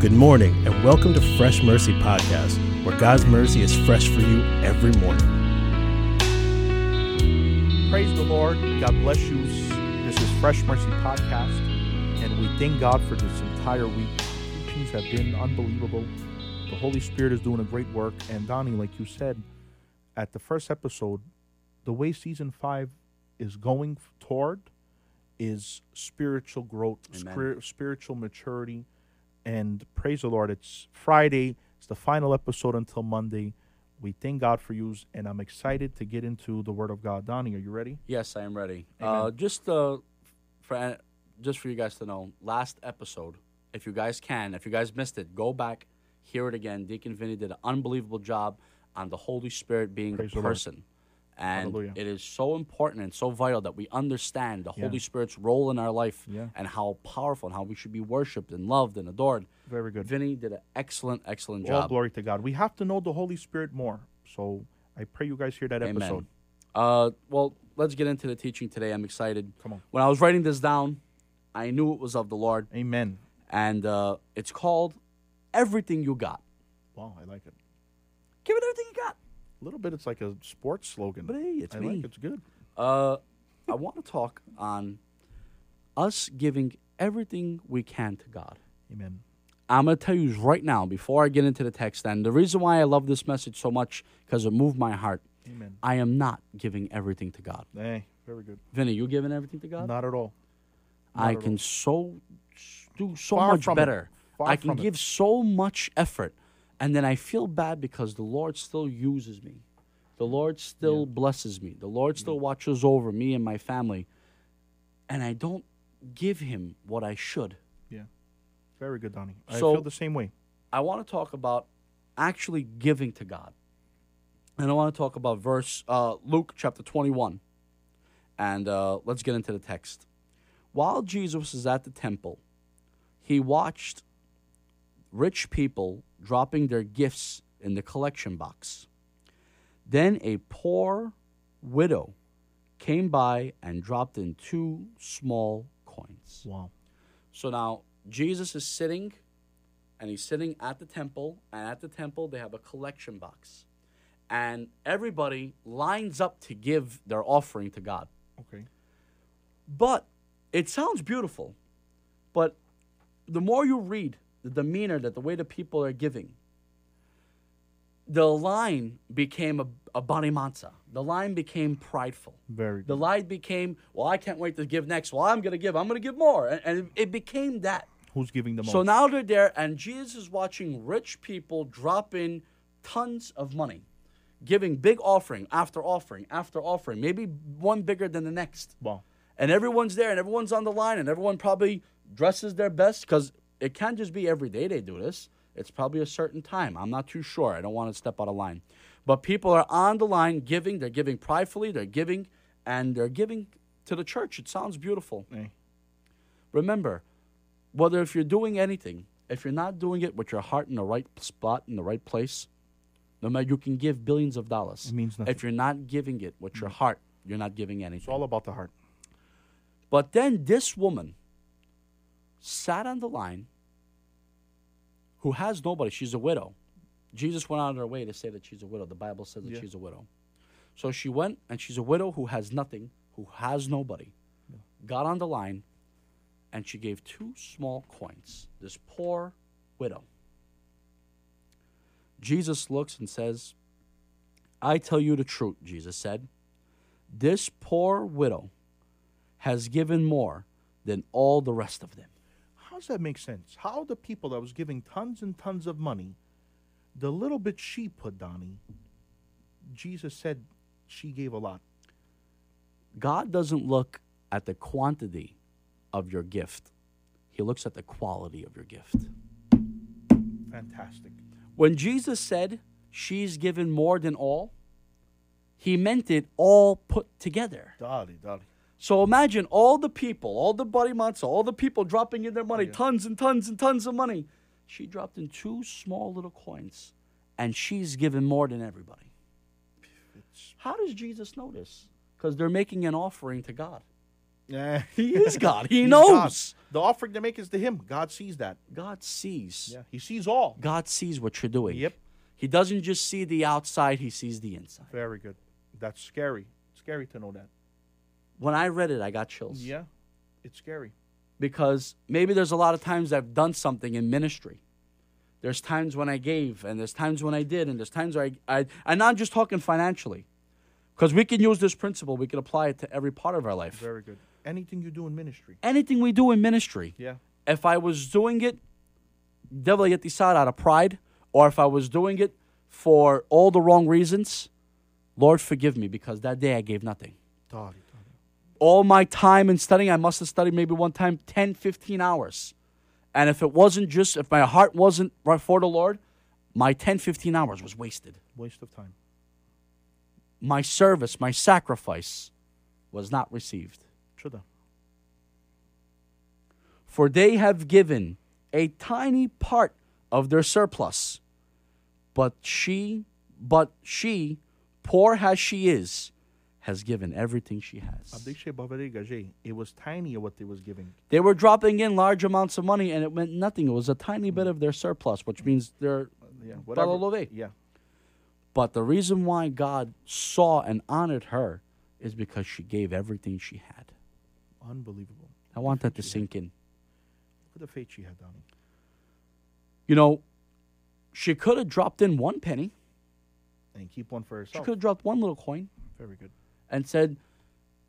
Good morning, and welcome to Fresh Mercy Podcast, where God's mercy is fresh for you every morning. Praise the Lord. God bless you. This is Fresh Mercy Podcast, and we thank God for this entire week. Teachings have been unbelievable. The Holy Spirit is doing a great work. And Donnie, like you said at the first episode, the way season five is going toward is spiritual growth, spir- spiritual maturity. And praise the Lord. It's Friday, it's the final episode until Monday. We thank God for you, and I'm excited to get into the Word of God. Donnie, are you ready? Yes, I am ready. Uh, just uh, for just for you guys to know, last episode, if you guys can, if you guys missed it, go back, hear it again. Deacon Vinny did an unbelievable job on the Holy Spirit being Praise the a Lord. person, and Hallelujah. it is so important and so vital that we understand the Yeah. Holy Spirit's role in our life Yeah. and how powerful and how we should be worshipped and loved and adored. Very good. Vinny did an excellent, excellent All job. glory to God. We have to know the Holy Spirit more. So I pray you guys hear that episode. Uh, well, let's get into the teaching today. I'm excited. Come on. When I was writing this down, I knew it was of the Lord, Amen. and uh, it's called "Everything You Got." Wow, I like it. Give it everything you got. A little bit, it's like a sports slogan. But hey, it's I me. like it. It's good. Uh, I want to talk on us giving everything we can to God. Amen. I'm going to tell you right now, before I get into the text, and the reason why I love this message so much, because it moved my heart, Amen. I am not giving everything to God. Hey, very good. Vinny, you giving everything to God? Not at all. I can so do so Far much from it. better. Far I can from it. give so much effort, and then I feel bad because the Lord still uses me. The Lord still blesses me. The Lord still watches over me and my family, and I don't give Him what I should. Yeah. Very good, Donnie. I So- feel the same way. I want to talk about actually giving to God, and I want to talk about verse uh, Luke chapter twenty-one, and uh, let's get into the text. While Jesus is at the temple, he watched rich people dropping their gifts in the collection box. Then a poor widow came by and dropped in two small coins. Wow. So now Jesus is sitting, and he's sitting at the temple, and at the temple they have a collection box, and everybody lines up to give their offering to God. Okay. But it sounds beautiful, but the more you read the demeanor that the way the people are giving, the line became a, a bonimanza. The line became prideful. Very The good. line became, well, I can't wait to give next. Well, I'm going to give. I'm going to give more. And, and it became that. Who's giving the most? So now they're there, and Jesus is watching rich people drop in tons of money, giving big offering after offering after offering, maybe one bigger than the next. wow. And everyone's there, and everyone's on the line, and everyone probably dresses their best because it can't just be every day they do this. It's probably a certain time. I'm not too sure. I don't want to step out of line. But people are on the line giving, they're giving pridefully, they're giving, and they're giving to the church. It sounds beautiful. Hey. Remember, whether if you're doing anything, if you're not doing it with your heart in the right spot, in the right place, no matter you can give billions of dollars. It means nothing. If you're not giving it with your heart, you're not giving anything. It's all about the heart. But then this woman sat on the line who has nobody. She's a widow. Jesus went out of her way to say that she's a widow. The Bible says that Yeah. she's a widow. So she went and she's a widow who has nothing, who has nobody. Got on the line and she gave two small coins. This poor widow. Jesus looks and says, I tell you the truth, Jesus said. This poor widow has given more than all the rest of them. How does that make sense? How the people that was giving tons and tons of money, the little bit she put, Donnie, Jesus said she gave a lot. God doesn't look at the quantity of your gift, He looks at the quality of your gift. Fantastic. When Jesus said, She's given more than all, He meant it all put together. Dolly, Dolly. So imagine all the people, all the buddy months, all the people dropping in their money, tons and tons and tons of money. She dropped in two small little coins, and she's given more than everybody. How does Jesus know this? Because they're making an offering to God. Yeah. He is God. He He's knows. God. The offering they make is to Him. God sees that. God sees. Yeah, He sees all. God sees what you're doing. Yep. He doesn't just see the outside, he sees the inside. Very good. That's scary. Scary to know that. When I read it, I got chills. Yeah, it's scary. because maybe there's a lot of times I've done something in ministry. There's times when I gave, and there's times when I did, and there's times where I, I and I'm just talking financially, because we can use this principle, we can apply it to every part of our life. Very good. Anything you do in ministry. Anything we do in ministry, Yeah. if I was doing it, devil get the side out of pride, or if I was doing it for all the wrong reasons, Lord forgive me because that day I gave nothing. Dog. all my time in studying i must have studied maybe one time 10 15 hours and if it wasn't just if my heart wasn't right for the lord my 10 15 hours was wasted Waste of time. my service my sacrifice was not received Shoulda. for they have given a tiny part of their surplus but she but she poor as she is has given everything she has Abdishe Bavare Gage. It was tiny what they was giving. They were dropping in large amounts of money and it meant nothing. It was a tiny bit of their surplus, which means their. Yeah. Whatever. Balalove. Yeah. But the reason why God saw and honored her is because she gave everything she had. Unbelievable. I want that to sink in. Look at the faith she had, Donnie. You know, she could have dropped in one penny, And keep one for she herself. could have dropped one little coin Very good. and said,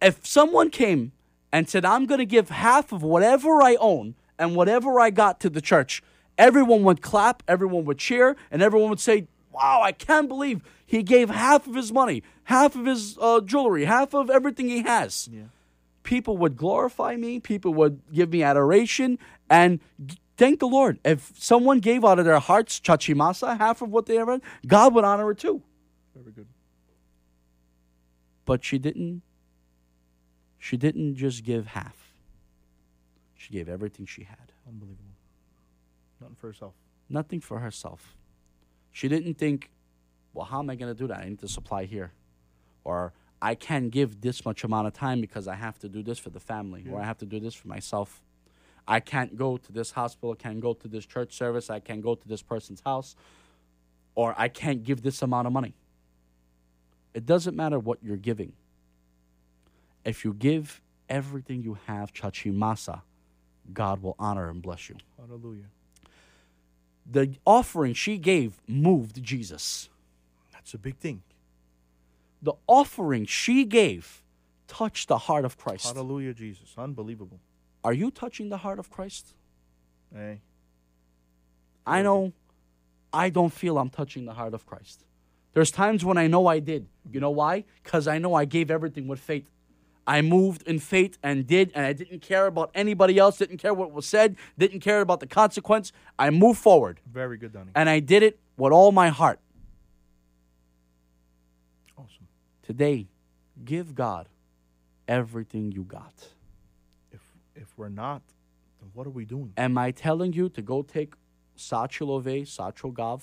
if someone came and said, I'm going to give half of whatever I own and whatever I got to the church, everyone would clap, everyone would cheer, and everyone would say, Wow, I can't believe he gave half of his money, half of his uh, jewelry, half of everything he has. Yeah. People would glorify me, people would give me adoration, and g- thank the Lord. If someone gave out of their hearts, chachimasa, half of what they ever, God would honor it too Very good. but she didn't she didn't just give half she gave everything she had Unbelievable. Nothing for herself. nothing for herself she didn't think well how am i going to do that i need to supply here or i can give this much amount of time because i have to do this for the family or i have to do this for myself i can't go to this hospital i can't go to this church service i can't go to this person's house or i can't give this amount of money it doesn't matter what you're giving if you give everything you have chachimasa god will honor and bless you Hallelujah. the offering she gave moved Jesus. That's a big thing. The offering she gave touched the heart of Christ. Hallelujah, Jesus. Unbelievable. Are you touching the heart of Christ? Hey. I know I don't feel I'm touching the heart of Christ. There's times when I know I did. You know why? Because I know I gave everything with faith. I moved in faith and did, and I didn't care about anybody else, didn't care what was said, didn't care about the consequence. I moved forward, Very good, Donnie. and I did it with all my heart. Awesome. Today, give God everything you got. If if we're not, then what are we doing? Am I telling you to go take Sachilove, Sachogav,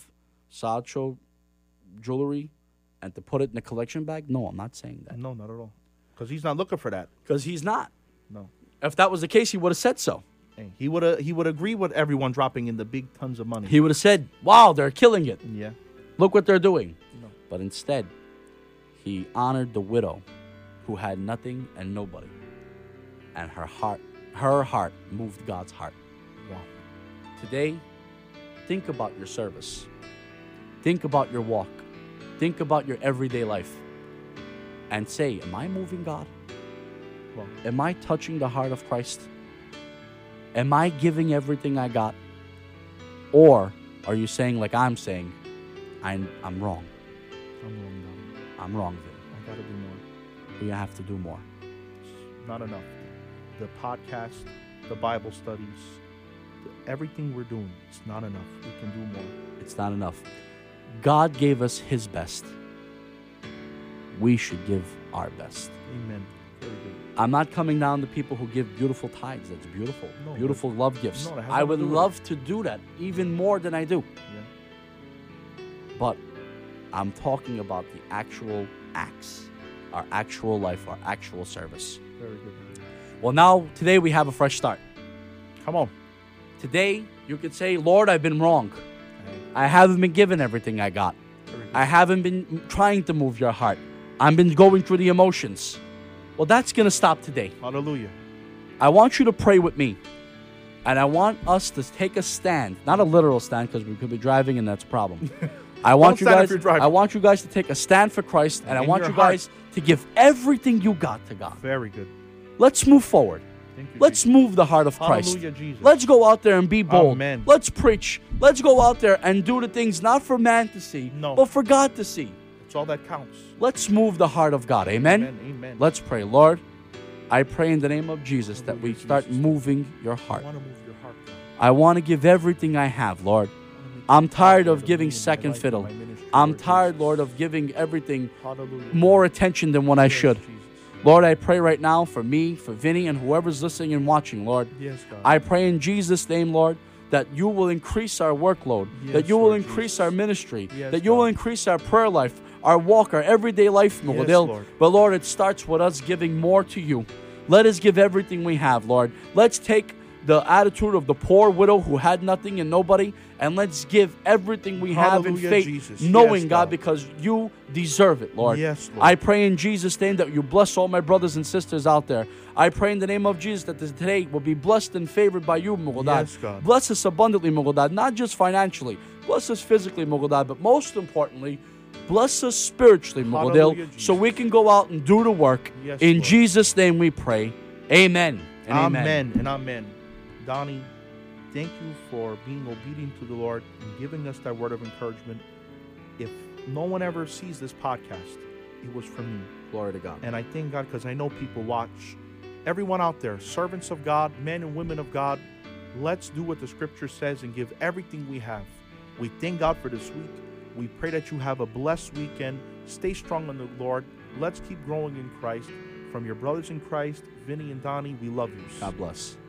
Sacho jewelry and to put it in a collection bag? No, I'm not saying that. No, not at all. Because he's not looking for that. Because he's not. No. If that was the case, he would have said so. Hey, he would he would agree with everyone dropping in the big tons of money. He would have said, Wow, they're killing it. yeah. Look what they're doing. No. But instead, he honored the widow who had nothing and nobody. And her heart, her heart moved God's heart. Wow. Today, think about your service. Think about your walk. Think about your everyday life. And say, Am I moving God? Wow. Am I touching the heart of Christ? Am I giving everything I got? Or are you saying, like I'm saying, I'm, I'm wrong? I'm wrong, Donnie. I'm wrong, Vin. I gotta do more. We have to do more. Not enough. The podcast, the Bible studies, the, everything we're doing, it's not enough. We can do more. It's not enough. God gave us His best. We should give our best. Amen. Very good. I'm not coming down to people who give beautiful tithes. That's beautiful. No, beautiful love gifts. no, that has I nothing would to do with love to do that even more than I do. Yeah. But I'm talking about the actual acts, our actual life, our actual service. Very good. Well, now, today we have a fresh start. Come on. Today, you could say, Lord, I've been wrong. Hey, I haven't been given everything I got. very good. I haven't been m- trying to move your heart. I've been going through the emotions. Well, that's going to stop today. Hallelujah. I want you to pray with me. And I want us to take a stand, not a literal stand because we could be driving and that's a problem. I want you stand if guys you're driving. I want you guys to take a stand for Christ and I In want your you guys to give everything you got to God. Very good. Let's move forward. Thank you, Let's Jesus. move the heart of Christ. Hallelujah, Jesus. Let's go out there and be bold. Amen. Let's preach. Let's go out there and do the things not for man to see, No. but for God to see. It's all that counts. Let's move the heart of God. Amen. Amen. Amen. Let's pray. Lord, I pray in the name of Jesus that we Hallelujah, start Jesus. moving your heart. I want to move your heart. God. I want to give everything I have, Lord. I'm tired of giving second fiddle. I'm tired, Lord, of giving everything Hallelujah. more attention than what I Yes, should. Jesus. Lord, I pray right now for me, for Vinny, and whoever's listening and watching, Lord. Yes, God. I pray in Jesus' name, Lord, that you will increase our workload, that Yes, you will Lord increase Jesus. our ministry, Yes, that you will God. increase our prayer life, our walk, our everyday life, Yes, Lord. Lord. But Lord, it starts with us giving more to you. Let us give everything we have, Lord. Let's take the attitude of the poor widow who had nothing and nobody, and let's give everything we have in Hallelujah, faith, Jesus. knowing, Yes, God, God. because you deserve it, Lord. Yes, Lord. I pray in Jesus' name that you bless all my brothers and sisters out there. I pray in the name of Jesus that this day will be blessed and favored by you, Mughaldad. Yes, God. Bless us abundantly, Mughaldad, not just financially. Bless us physically, Mughaldad, but most importantly, bless us spiritually, Hallelujah, Mughaldad, so Jesus. we can go out and do the work. Yes, in Lord. Jesus' name we pray. Amen. and amen. and amen. Donnie, thank you for being obedient to the Lord and giving us that word of encouragement. If no one ever sees this podcast, it was from you. Glory to God. And I thank God because I know people watch. Everyone out there, servants of God, men and women of God, let's do what the scripture says and give everything we have. We thank God for this week. We pray that you have a blessed weekend. Stay strong in the Lord. Let's keep growing in Christ. From your brothers in Christ, Vinny and Donnie, we love you. God bless.